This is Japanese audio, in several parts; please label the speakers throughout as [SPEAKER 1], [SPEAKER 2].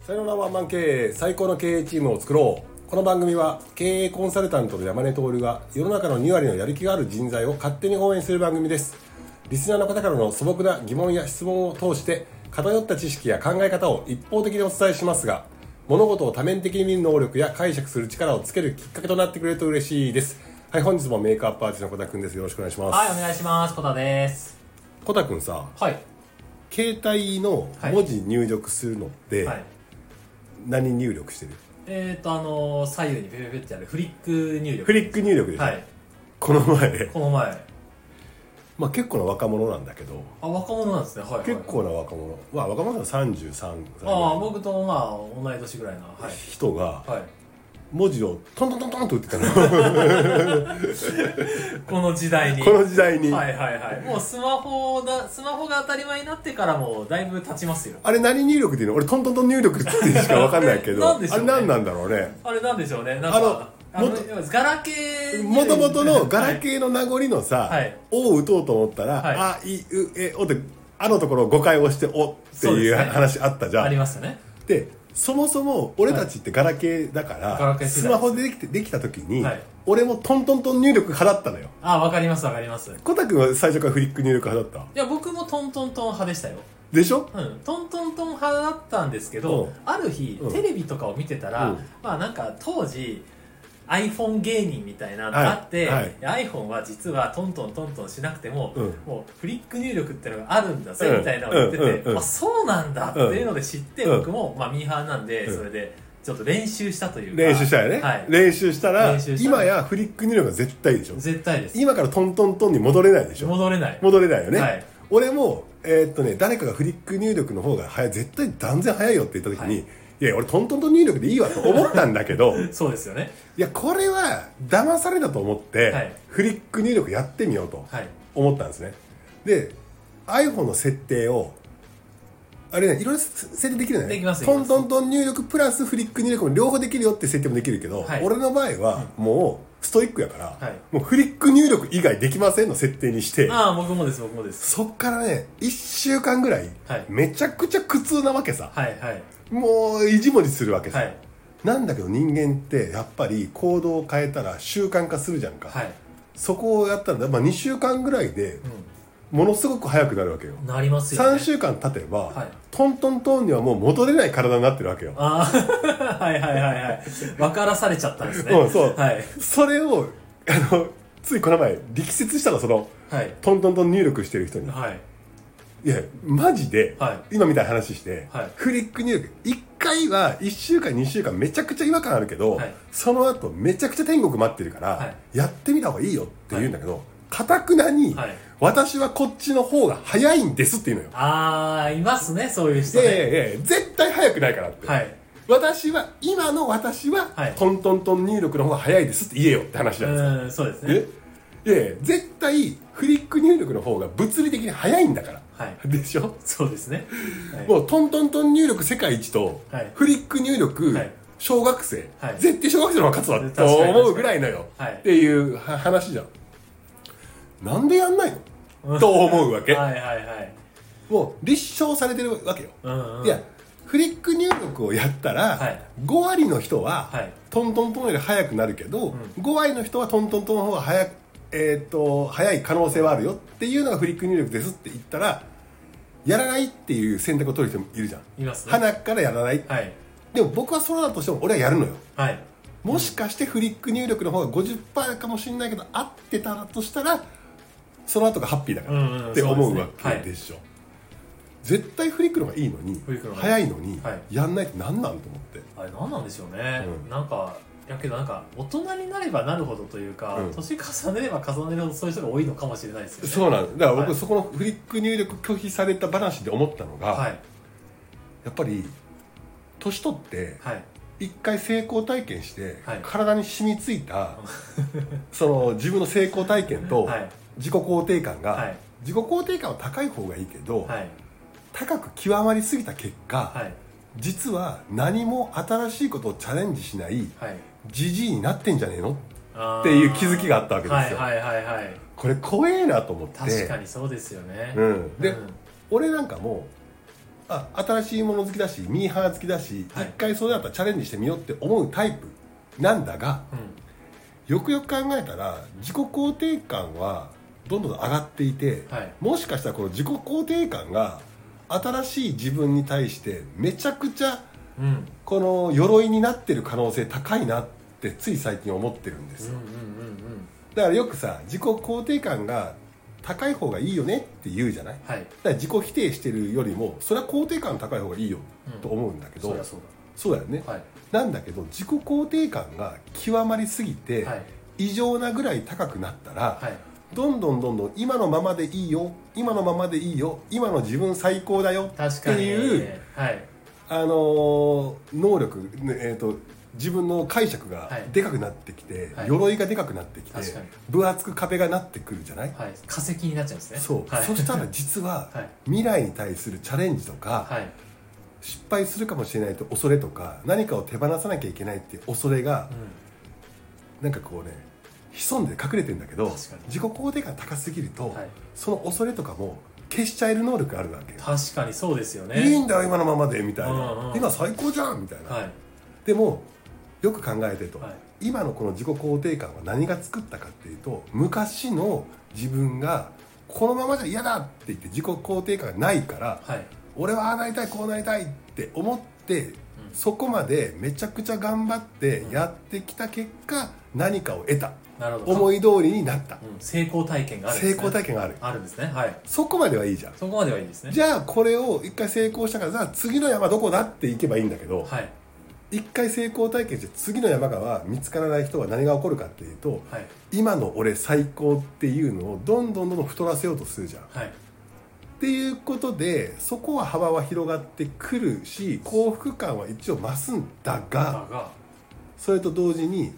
[SPEAKER 1] さよならワンマン経営最高の経営チームを作ろうこの番組は経営コンサルタントの山根徹が世の中の2割のやる気がある人材を勝手に応援する番組ですリスナーの方からの素朴な疑問や質問を通して偏った知識や考え方を一方的にお伝えしますが物事を多面的に見る能力や解釈する力をつけるきっかけとなってくれると嬉しいですはい本日もメイクアップアーティストの小田君ですよろしくお願いします、
[SPEAKER 2] はい、お願いします。コタです。
[SPEAKER 1] 小田君さ
[SPEAKER 2] はい。
[SPEAKER 1] 携帯の文字入力するのって
[SPEAKER 2] はい。
[SPEAKER 1] 何入力してる、
[SPEAKER 2] えっ、ー、と、あのー左右にペペペってあるフリック入力。
[SPEAKER 1] フリック入力でしょ、
[SPEAKER 2] はい。
[SPEAKER 1] この前、
[SPEAKER 2] この前。
[SPEAKER 1] まあ、結構な若者なんだけど
[SPEAKER 2] あ、若者なんですね。はい、はい。
[SPEAKER 1] 結。構な若者、まあ、若者は33歳
[SPEAKER 2] ああ、
[SPEAKER 1] の
[SPEAKER 2] 僕とまあ、同い年ぐらいな。はい。
[SPEAKER 1] 人が
[SPEAKER 2] はい。
[SPEAKER 1] 文字をトントントントンと打ってたの
[SPEAKER 2] この時代に。
[SPEAKER 1] この時代に、
[SPEAKER 2] はいはいはい。もうスマホだ、スマホが当たり前になってからもうだいぶ経ちますよ。
[SPEAKER 1] あれ何入力っていうの俺トントントン入力ってしか分かんないけど
[SPEAKER 2] なんでしょ
[SPEAKER 1] あ
[SPEAKER 2] う
[SPEAKER 1] れ
[SPEAKER 2] ね
[SPEAKER 1] 何なんだろうね
[SPEAKER 2] あれなんでしょうね。なんか、
[SPEAKER 1] あ
[SPEAKER 2] あ
[SPEAKER 1] の
[SPEAKER 2] の、
[SPEAKER 1] もと
[SPEAKER 2] ガラケー
[SPEAKER 1] もともとのガラ
[SPEAKER 2] ー。
[SPEAKER 1] ケーの名残のさ「
[SPEAKER 2] はい
[SPEAKER 1] お」を打とうと思ったら「
[SPEAKER 2] はい
[SPEAKER 1] あいうえお」って「あ」のところを5回押して「お」って
[SPEAKER 2] そう
[SPEAKER 1] い
[SPEAKER 2] で
[SPEAKER 1] う
[SPEAKER 2] すね
[SPEAKER 1] 話あったじゃん
[SPEAKER 2] ありましたね。
[SPEAKER 1] でそもそも俺たちってガラケーだから、
[SPEAKER 2] ガラケー世代です
[SPEAKER 1] スマホでできてできた時に、
[SPEAKER 2] はい
[SPEAKER 1] 俺もトントントン入力派だったのよ
[SPEAKER 2] あ、わかりますわかります。い
[SPEAKER 1] コタ君は最初からフリック入力派だった
[SPEAKER 2] や、僕もトントントン派でしたよ。
[SPEAKER 1] でしょ
[SPEAKER 2] うん、トントントン派だったんですけ
[SPEAKER 1] う
[SPEAKER 2] ど、
[SPEAKER 1] ん
[SPEAKER 2] ある日、
[SPEAKER 1] うん
[SPEAKER 2] テレビとかを見てたら、
[SPEAKER 1] うん
[SPEAKER 2] まあなんか当時 iPhone 芸人みたいなのがあって、
[SPEAKER 1] はいはい
[SPEAKER 2] で iPhone は実はトントントントンしなくても、
[SPEAKER 1] うん
[SPEAKER 2] もうフリック入力ってのがあるんだぜ
[SPEAKER 1] うん
[SPEAKER 2] みたいなのを言ってて、
[SPEAKER 1] うんうんうん
[SPEAKER 2] あそうなんだっていうので知って、
[SPEAKER 1] うん
[SPEAKER 2] 僕も、まあ、ミーハーなんで、
[SPEAKER 1] うん
[SPEAKER 2] それでちょっと練習したというか
[SPEAKER 1] 練習したよね、
[SPEAKER 2] はい、
[SPEAKER 1] 練習したら
[SPEAKER 2] 練習した
[SPEAKER 1] 今やフリック入力が絶対いいでしょ
[SPEAKER 2] 絶対です
[SPEAKER 1] 今からトントントンに戻れないでしょ
[SPEAKER 2] 戻れない
[SPEAKER 1] 戻れないよね、
[SPEAKER 2] はい
[SPEAKER 1] 俺もえーっとね誰かがフリック入力の方が早い絶対断然早いよって言った時に、
[SPEAKER 2] はい
[SPEAKER 1] い、や俺トントントン入力でいいわと思ったんだけ ど
[SPEAKER 2] そうですよね
[SPEAKER 1] いやこれは騙されたと思って、
[SPEAKER 2] はい
[SPEAKER 1] フリック入力やってみようと、
[SPEAKER 2] はい
[SPEAKER 1] 思ったんですねで iPhone の設定をあれねいろいろ設定できるのね
[SPEAKER 2] できますでき
[SPEAKER 1] ト
[SPEAKER 2] ま
[SPEAKER 1] ン
[SPEAKER 2] す
[SPEAKER 1] トントン入力プラスフリック入力も両方できるよって設定もできるけど、
[SPEAKER 2] はい
[SPEAKER 1] 俺の場合はもうストイックやから、
[SPEAKER 2] はい
[SPEAKER 1] もうフリック入力以外できませんの設定にして
[SPEAKER 2] ああ僕もです僕もです
[SPEAKER 1] そっからね1週間ぐらい、
[SPEAKER 2] はい
[SPEAKER 1] めちゃくちゃ苦痛なわけさ
[SPEAKER 2] はいはい
[SPEAKER 1] もう意地文字するわけさ、
[SPEAKER 2] はい
[SPEAKER 1] なんだけど人間ってやっぱり行動を変えたら習慣化するじゃんか、
[SPEAKER 2] はい、
[SPEAKER 1] そこをやったら、まあ、2週間ぐらいでものすごく早くなるわけよ
[SPEAKER 2] うん、なりますよね
[SPEAKER 1] 3週間経てば、
[SPEAKER 2] はい
[SPEAKER 1] トントントンにはもう戻れない体になってるわけよ
[SPEAKER 2] あー はいはいはいはい。分からされちゃったんですね。
[SPEAKER 1] うんそう
[SPEAKER 2] はい。
[SPEAKER 1] それをあのついこの前力説したのその
[SPEAKER 2] はい。
[SPEAKER 1] トントントン入力してる人に
[SPEAKER 2] はい。
[SPEAKER 1] いやマジで、
[SPEAKER 2] は
[SPEAKER 1] 今みたいな話して、
[SPEAKER 2] はい
[SPEAKER 1] フリック入力1回は1週間2週間めちゃくちゃ違和感あるけど、
[SPEAKER 2] はい
[SPEAKER 1] その後めちゃくちゃ天国待ってるから、
[SPEAKER 2] はい
[SPEAKER 1] やってみた方がいいよって言うんだけどかた、くなに、
[SPEAKER 2] はい
[SPEAKER 1] 私はこっちの方が早いんですって言うのよ
[SPEAKER 2] あー、いますね、そういう人
[SPEAKER 1] いやい
[SPEAKER 2] ね。
[SPEAKER 1] やいや絶対早くないからって、
[SPEAKER 2] はい。
[SPEAKER 1] 私は今の私は、
[SPEAKER 2] はい
[SPEAKER 1] トントントン入力の方が早いですって言えよって話
[SPEAKER 2] う
[SPEAKER 1] なんですよ、
[SPEAKER 2] ん、そうですね。
[SPEAKER 1] えいやいや絶対フリック入力の方が物理的に早いんだから、
[SPEAKER 2] はい。
[SPEAKER 1] でしょ
[SPEAKER 2] そうですね。はい
[SPEAKER 1] もうトントントン入力世界一と、
[SPEAKER 2] はい
[SPEAKER 1] フリック入力、
[SPEAKER 2] はい
[SPEAKER 1] 小学生、
[SPEAKER 2] はい
[SPEAKER 1] 絶対小学生の方が勝つわ
[SPEAKER 2] 確
[SPEAKER 1] と
[SPEAKER 2] かに
[SPEAKER 1] 思うぐらいのよ、
[SPEAKER 2] はい
[SPEAKER 1] っていうは話じゃんなんでやんないのと思うわけ
[SPEAKER 2] はいはいはい。
[SPEAKER 1] もう立証されてるわけよ、
[SPEAKER 2] うんうん。
[SPEAKER 1] いやフリック入力をやったら、
[SPEAKER 2] はい
[SPEAKER 1] 5割の人は、
[SPEAKER 2] はい
[SPEAKER 1] トントントンより早くなるけど、5割の人はトントントンの方が早く、えー、と早い可能性はあるよっていうのがフリック入力ですって言ったらやらないっていう選択を取る人もいるじゃん
[SPEAKER 2] いますね。
[SPEAKER 1] 鼻からやらない、
[SPEAKER 2] はい。
[SPEAKER 1] でも僕はそうだとしても俺はやるのよ
[SPEAKER 2] はい。
[SPEAKER 1] もしかしてフリック入力の方が50%かもしれないけど合ってたらとしたらその後がハッピーだから、
[SPEAKER 2] うんうん
[SPEAKER 1] って思
[SPEAKER 2] そう
[SPEAKER 1] う
[SPEAKER 2] で
[SPEAKER 1] わ
[SPEAKER 2] すね
[SPEAKER 1] けでしょ、絶対フリックの方がいいのに
[SPEAKER 2] フリックの方が
[SPEAKER 1] 早いのに、
[SPEAKER 2] はい
[SPEAKER 1] やんないって何なんと思って
[SPEAKER 2] あれ、何なんでしょうね。
[SPEAKER 1] うん
[SPEAKER 2] なんか、やけどなんか、大人になればなるほどというか、
[SPEAKER 1] うん
[SPEAKER 2] 年重ねれば重ねるほどそういう人が多いのかもしれないですよね。
[SPEAKER 1] そうなんですだから
[SPEAKER 2] は
[SPEAKER 1] 僕
[SPEAKER 2] い
[SPEAKER 1] そこのフリック入力拒否された話で思ったのが、
[SPEAKER 2] はい。
[SPEAKER 1] やっぱり年取って
[SPEAKER 2] はい。
[SPEAKER 1] 一回成功体験して、
[SPEAKER 2] はい
[SPEAKER 1] 体に染みついたその自分の成功体験と
[SPEAKER 2] はい
[SPEAKER 1] 自己肯定感が、
[SPEAKER 2] はい
[SPEAKER 1] 自己肯定感は高い方がいいけど、
[SPEAKER 2] はい。
[SPEAKER 1] 高く極まりすぎた結果、
[SPEAKER 2] はい。
[SPEAKER 1] 実は何も新しいことをチャレンジしない
[SPEAKER 2] はい。
[SPEAKER 1] じじいになってんじゃねえのっ
[SPEAKER 2] って
[SPEAKER 1] いう気づきがあったわけですよ
[SPEAKER 2] はいはいはいはい
[SPEAKER 1] これ怖えなと思って
[SPEAKER 2] 確かにそうですよね、
[SPEAKER 1] うん、で、
[SPEAKER 2] うん
[SPEAKER 1] 俺なんかもあ新しいもの好きだしミーハー好きだし一、
[SPEAKER 2] はい
[SPEAKER 1] 回それだったらチャレンジしてみようって思うタイプなんだが、よくよく考えたら自己肯定感はどんどん上がっていて、
[SPEAKER 2] はい
[SPEAKER 1] もしかしたらこの自己肯定感が新しい自分に対してめちゃくちゃ
[SPEAKER 2] うんうん
[SPEAKER 1] この鎧になってる可能性高いなってつい最近思ってるんですよ、
[SPEAKER 2] うんうん
[SPEAKER 1] だからよくさ自己肯定感が高い方がいいよねって言うじゃないだか
[SPEAKER 2] はい
[SPEAKER 1] ら自己否定してるよりもそれは肯定感高い方がいいよ
[SPEAKER 2] うん
[SPEAKER 1] と思うんだけど、
[SPEAKER 2] そりゃそう
[SPEAKER 1] そうだよね、
[SPEAKER 2] だはい
[SPEAKER 1] なんだけど自己肯定感が極まりすぎて、
[SPEAKER 2] はい
[SPEAKER 1] 異常なぐらい高くなったら、
[SPEAKER 2] はい
[SPEAKER 1] どんどんどんどん今のままでいいよ今のままでいいよ今の自分最高だよっ
[SPEAKER 2] 確
[SPEAKER 1] て
[SPEAKER 2] かに
[SPEAKER 1] いう、
[SPEAKER 2] はい
[SPEAKER 1] あのー能力、ねえー、と自分の解釈が
[SPEAKER 2] はい
[SPEAKER 1] でかくなってきて、
[SPEAKER 2] はい
[SPEAKER 1] 鎧がでかくなってきて
[SPEAKER 2] 確かに
[SPEAKER 1] 分厚く壁がなってくるじゃない、
[SPEAKER 2] はい化石になっちゃうんですね
[SPEAKER 1] そう、
[SPEAKER 2] はい
[SPEAKER 1] そした ら実は、
[SPEAKER 2] はい
[SPEAKER 1] 未来に対するチャレンジとか、
[SPEAKER 2] はい
[SPEAKER 1] 失敗するかもしれないと恐れとか何かを手放さなきゃいけないっていう恐れが
[SPEAKER 2] う、ん
[SPEAKER 1] なんかこうね潜んで隠れてんだけど
[SPEAKER 2] 確かに
[SPEAKER 1] 自己肯定感高すぎると、
[SPEAKER 2] はい
[SPEAKER 1] その恐れとかも消しちゃえる能力があるわけ、
[SPEAKER 2] 確かにそうですよね
[SPEAKER 1] いいんだよ今のままでみたいな、
[SPEAKER 2] うんうん
[SPEAKER 1] 今最高じゃんみたいな、
[SPEAKER 2] はい
[SPEAKER 1] でもよく考えてと、
[SPEAKER 2] はい
[SPEAKER 1] 今のこの自己肯定感は何が作ったかっていうと昔の自分がこのままじゃ嫌だって言って自己肯定感がないから
[SPEAKER 2] はい
[SPEAKER 1] 俺はああなりたいこうなりたいって思って、そこまでめちゃくちゃ頑張ってやってきた結果、何かを得た
[SPEAKER 2] なるほど
[SPEAKER 1] 思い通りになった、
[SPEAKER 2] うん成功体験があるんで
[SPEAKER 1] 成
[SPEAKER 2] すね
[SPEAKER 1] 功体験がある
[SPEAKER 2] あるんですねはい
[SPEAKER 1] そこまではいいじゃん
[SPEAKER 2] そこまではいいですね
[SPEAKER 1] じゃあこれを一回成功したからさあ次の山どこだって行けばいいんだけど、
[SPEAKER 2] はい
[SPEAKER 1] 一回成功体験して次の山がは見つからない人は何が起こるかっていうと、
[SPEAKER 2] はい
[SPEAKER 1] 今の俺最高っていうのをどんどんどんどん太らせようとするじゃん
[SPEAKER 2] はい
[SPEAKER 1] っていうことでそこは幅は広がってくるし幸福感は一応増すんだが
[SPEAKER 2] だが
[SPEAKER 1] それと同時に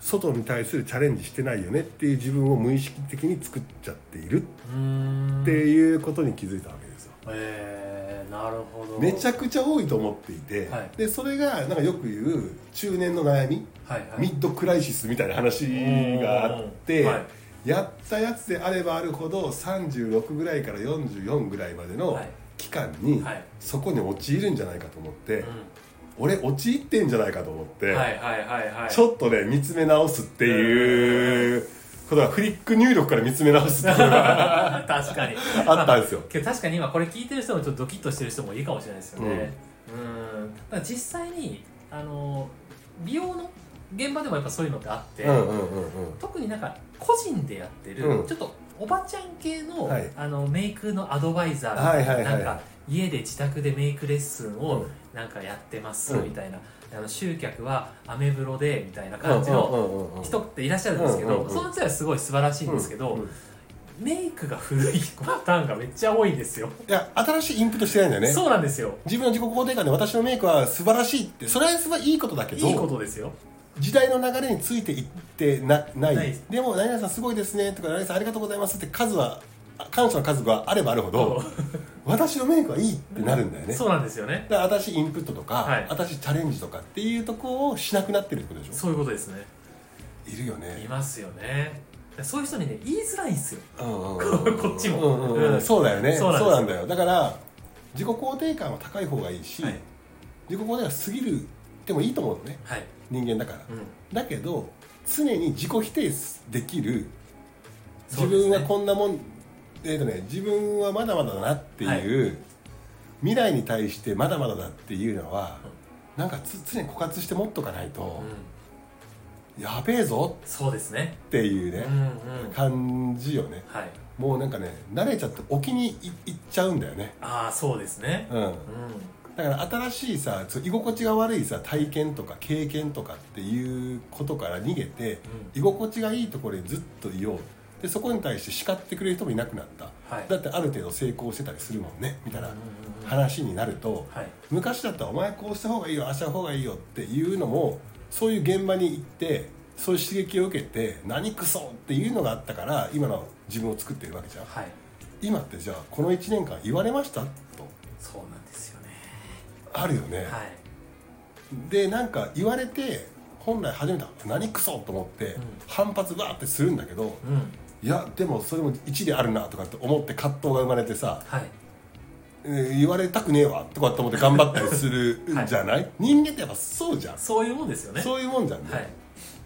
[SPEAKER 1] 外に対するチャレンジしてないよねっていう自分を無意識的に作っちゃっている
[SPEAKER 2] うーん
[SPEAKER 1] っていうことに気づいたわけですよ。
[SPEAKER 2] えー、なるほど
[SPEAKER 1] めちゃ
[SPEAKER 2] く
[SPEAKER 1] くちゃ多いと思っていて、
[SPEAKER 2] はい
[SPEAKER 1] でそれがなんかよく言う中年の悩み、
[SPEAKER 2] はいはい
[SPEAKER 1] ミッドクライシスみたいな話があって、
[SPEAKER 2] おーはい
[SPEAKER 1] やったやつであればあるほど36ぐらいから44ぐらいまでの
[SPEAKER 2] はい
[SPEAKER 1] 期間に
[SPEAKER 2] はい
[SPEAKER 1] そこに陥るんじゃないかと思って、
[SPEAKER 2] うん
[SPEAKER 1] 俺陥ってんじゃないかと思って、
[SPEAKER 2] はいはいはいはい
[SPEAKER 1] ちょっとね見つめ直すっていうことがフリック入力から見つめ直すっていうのが
[SPEAKER 2] 確かに
[SPEAKER 1] あったんですよ。
[SPEAKER 2] けど確かに今これ聞いてる人もちょっとドキッとしてる人もいいかもしれないですよねうんだから実際にあの美容の現場でもやっぱそういうのってあって、
[SPEAKER 1] うんうんうん
[SPEAKER 2] 特になんか個人でやってる、
[SPEAKER 1] うん
[SPEAKER 2] ちょっとおばちゃん系の,、
[SPEAKER 1] はい
[SPEAKER 2] あのメイクのアドバイザーみたいな,、
[SPEAKER 1] はいはいはい
[SPEAKER 2] なんか家で自宅でメイクレッスン
[SPEAKER 1] う
[SPEAKER 2] を
[SPEAKER 1] ん
[SPEAKER 2] なんかやってます
[SPEAKER 1] うん
[SPEAKER 2] みたいな、あの集客はアメブロでみたいな
[SPEAKER 1] うん
[SPEAKER 2] 感じの
[SPEAKER 1] うんうんうん
[SPEAKER 2] 人っていらっしゃるんですけど、
[SPEAKER 1] うんうんうん
[SPEAKER 2] その人はすごい素晴らしいんですけど、
[SPEAKER 1] うんうんい
[SPEAKER 2] メイクが古いパターンがめっちゃ多いんですよ、
[SPEAKER 1] や新しいインプットしてないんだよね
[SPEAKER 2] そうなんですよ
[SPEAKER 1] 自分の自己肯定感で私のメイクは素晴らしいってそれはすごいいいことだけど
[SPEAKER 2] いいことですよ
[SPEAKER 1] 時代の流れについていってなない
[SPEAKER 2] ない
[SPEAKER 1] でも「何々さんすごいですね」とか「何々さんありがとうございます」って数はあ感謝の数があればあるほど私のメイクはいいってなるんだよね
[SPEAKER 2] そうなんですよね
[SPEAKER 1] だから私インプットとか、
[SPEAKER 2] はい
[SPEAKER 1] 私チャレンジとかっていうとこをしなくなってるってことでしょ
[SPEAKER 2] そういうことですね
[SPEAKER 1] いるよ
[SPEAKER 2] い
[SPEAKER 1] ね
[SPEAKER 2] ますよねそういう人にね言いづらいんですよ
[SPEAKER 1] うんうんうん
[SPEAKER 2] こっち も
[SPEAKER 1] うんうんうんそうだよね
[SPEAKER 2] そ
[SPEAKER 1] そうう
[SPEAKER 2] なんです
[SPEAKER 1] なん
[SPEAKER 2] よ
[SPEAKER 1] だよだから自己肯定感は高い方がいいし、
[SPEAKER 2] はい
[SPEAKER 1] 自己肯定感過ぎるでもいいと思うのね
[SPEAKER 2] はい、
[SPEAKER 1] 人間だから、
[SPEAKER 2] うん、
[SPEAKER 1] だけど常に自己否定できる
[SPEAKER 2] そ
[SPEAKER 1] 自
[SPEAKER 2] うですね
[SPEAKER 1] 分はこんなもん、えーとね、自分はまだまだだなっていう、未来に対してまだまだだっていうのは、なんかつ常に枯渇して持っとかないと
[SPEAKER 2] う、ん
[SPEAKER 1] やべえぞ
[SPEAKER 2] そうですね。
[SPEAKER 1] っていう
[SPEAKER 2] うんう
[SPEAKER 1] ね、
[SPEAKER 2] ん。
[SPEAKER 1] 感じよね
[SPEAKER 2] はい。
[SPEAKER 1] もうなんかね慣れちゃってお気にいいっちゃうんだよね、
[SPEAKER 2] ああ、そうですね。
[SPEAKER 1] うん、
[SPEAKER 2] う
[SPEAKER 1] だから新しいさそう居心地が悪いさ体験とか経験とかっていうことから逃げて、居心地がいいところにずっといようでそこに対して叱ってくれる人もいなくなった、
[SPEAKER 2] はい
[SPEAKER 1] だってある程度成功してたりするもんねみたいな
[SPEAKER 2] うんうんうんうん
[SPEAKER 1] 話になると、
[SPEAKER 2] はい
[SPEAKER 1] 昔だったら「お前こうした方がいいよああした方がいいよ」っていうのもそういう現場に行ってそういう刺激を受けて「何クソ!」っていうのがあったから今の自分を作ってるわけじゃん
[SPEAKER 2] ん。はい。
[SPEAKER 1] 今ってじゃあこの1年間言われましたと
[SPEAKER 2] そうなんですよね。
[SPEAKER 1] あるよね、
[SPEAKER 2] はい。
[SPEAKER 1] でなんか言われて本来初めて「何クソ!」と思って
[SPEAKER 2] ん
[SPEAKER 1] 反発バーってするんだけど、
[SPEAKER 2] うん。
[SPEAKER 1] いやでもそれも一理あるなとかって思って葛藤が生まれてさ
[SPEAKER 2] はい。
[SPEAKER 1] えー言われたくねえわとかって思って頑張ったりする
[SPEAKER 2] はい
[SPEAKER 1] じゃない、人間ってやっぱそうじゃん、
[SPEAKER 2] そういうもんですよね
[SPEAKER 1] そういうもんじゃんね、
[SPEAKER 2] はい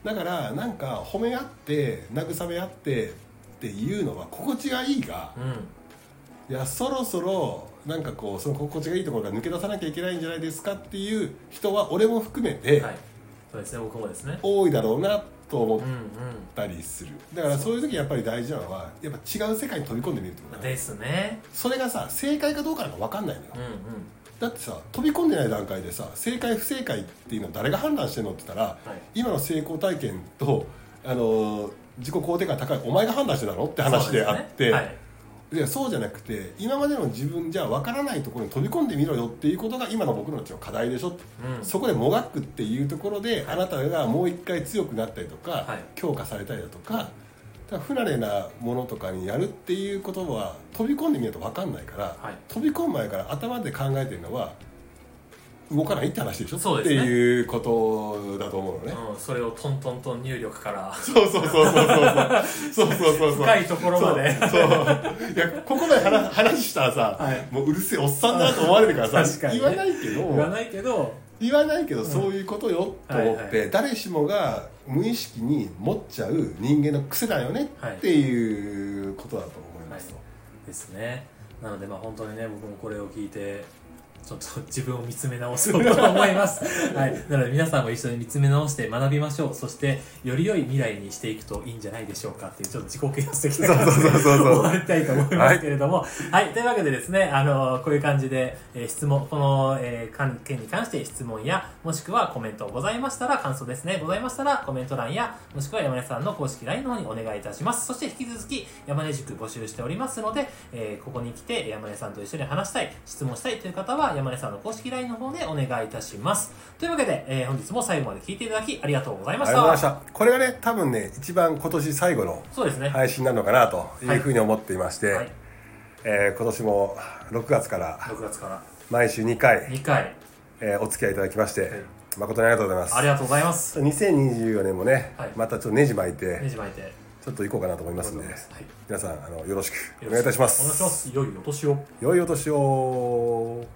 [SPEAKER 1] だからなんか褒め合って慰め合ってっていうのは心地がいいが
[SPEAKER 2] うん
[SPEAKER 1] いやそろそろなんかこうその心地がいいところが抜け出さなきゃいけないんじゃないですかっていう人は俺も含めて
[SPEAKER 2] はいそうですね僕もですね
[SPEAKER 1] 多いだろうなと思っ
[SPEAKER 2] うん
[SPEAKER 1] たりするだからそういう時やっぱり大事なのはやっぱ違う世界に飛び込んでみるってこ
[SPEAKER 2] うん
[SPEAKER 1] とだね
[SPEAKER 2] ですね
[SPEAKER 1] それがさ正解かどうかなんか分かんないのよ
[SPEAKER 2] うんうん
[SPEAKER 1] だってさ飛び込んでない段階でさ正解不正解っていうのは誰が判断してんのって言ったら、今の成功体験とあのー自己肯定感高いお前が判断してたのって話であっ
[SPEAKER 2] そうすね
[SPEAKER 1] て
[SPEAKER 2] は
[SPEAKER 1] そう,、
[SPEAKER 2] い
[SPEAKER 1] そうじゃなくて今までの自分じゃわからないところに飛び込んでみろよっていうことが今の僕の一応課題でしょ、
[SPEAKER 2] うん
[SPEAKER 1] そこでもがくっていうところであなたがもう一回強くなったりとか、
[SPEAKER 2] い
[SPEAKER 1] 強化されたりだとかだから不慣れなものとかにやるっていうことは飛び込んでみると分かんないから、
[SPEAKER 2] はい
[SPEAKER 1] 飛び込む前から頭で考えてるのは動かないって話でしょ
[SPEAKER 2] そうですね
[SPEAKER 1] っていうことだと思うのね、
[SPEAKER 2] うん、それをトントントン入力から
[SPEAKER 1] そうそうそうそうそうそうそうそうそう
[SPEAKER 2] 深いところまで
[SPEAKER 1] そうそういやここまで話話したらさ、
[SPEAKER 2] はい
[SPEAKER 1] もううるせえおっさんだなと思われるから
[SPEAKER 2] 確
[SPEAKER 1] さ
[SPEAKER 2] かに
[SPEAKER 1] 言わないけど
[SPEAKER 2] 言わないけど
[SPEAKER 1] 言わないけどそういうことよと思って、
[SPEAKER 2] はいは
[SPEAKER 1] 誰しもが無意識に持っちゃう人間の癖だよね
[SPEAKER 2] は
[SPEAKER 1] っ
[SPEAKER 2] い
[SPEAKER 1] ていうことだと思いますと、
[SPEAKER 2] ですねなのでまあ本当にね僕もこれを聞いてちょっと自分を見つめ直そうと思い ます、はい、なので皆さんも一緒に見つめ直して学びましょうそしてより良い未来にしていくといいんじゃないでしょうかっていうちょっと自己啓発的な感じで
[SPEAKER 1] そうそうそうそう
[SPEAKER 2] 終わりたいと思いますけれどもはい、というわけでですねあのこういう感じで、えー質問この、えー関件に関して質問やもしくはコメントございましたら感想ですねございましたらコメント欄やもしくは山根さんの公式 LINE の方にお願いいたしますそして引き続き山根塾募集しておりますので、えーここに来て山根さんと一緒に話したい質問したいという方は山根さんの公式 LINE の方でお願いいたしますというわけで、えー本日も最後まで聞いていただきありがとうございま
[SPEAKER 1] あ
[SPEAKER 2] し
[SPEAKER 1] りがとうござい
[SPEAKER 2] た
[SPEAKER 1] ましたこれがね多分ね一番今年最後の
[SPEAKER 2] そうですね
[SPEAKER 1] 配信なのかなというふうに思っていまして、
[SPEAKER 2] はい、
[SPEAKER 1] えー今年も6月から
[SPEAKER 2] 6月から
[SPEAKER 1] 毎週2回、
[SPEAKER 2] 2回
[SPEAKER 1] えーお付き合いいただきまして、
[SPEAKER 2] い
[SPEAKER 1] 誠にありがとうございます
[SPEAKER 2] ありがとうございます
[SPEAKER 1] 2024年もね、
[SPEAKER 2] はい
[SPEAKER 1] またちょっとネジ巻いて
[SPEAKER 2] ねじ巻いて
[SPEAKER 1] ちょっと行こうかなと思いますんで、
[SPEAKER 2] はい
[SPEAKER 1] 皆さんあのよろしくお願いいたします
[SPEAKER 2] お願いします。良いお年を。
[SPEAKER 1] 良いお年を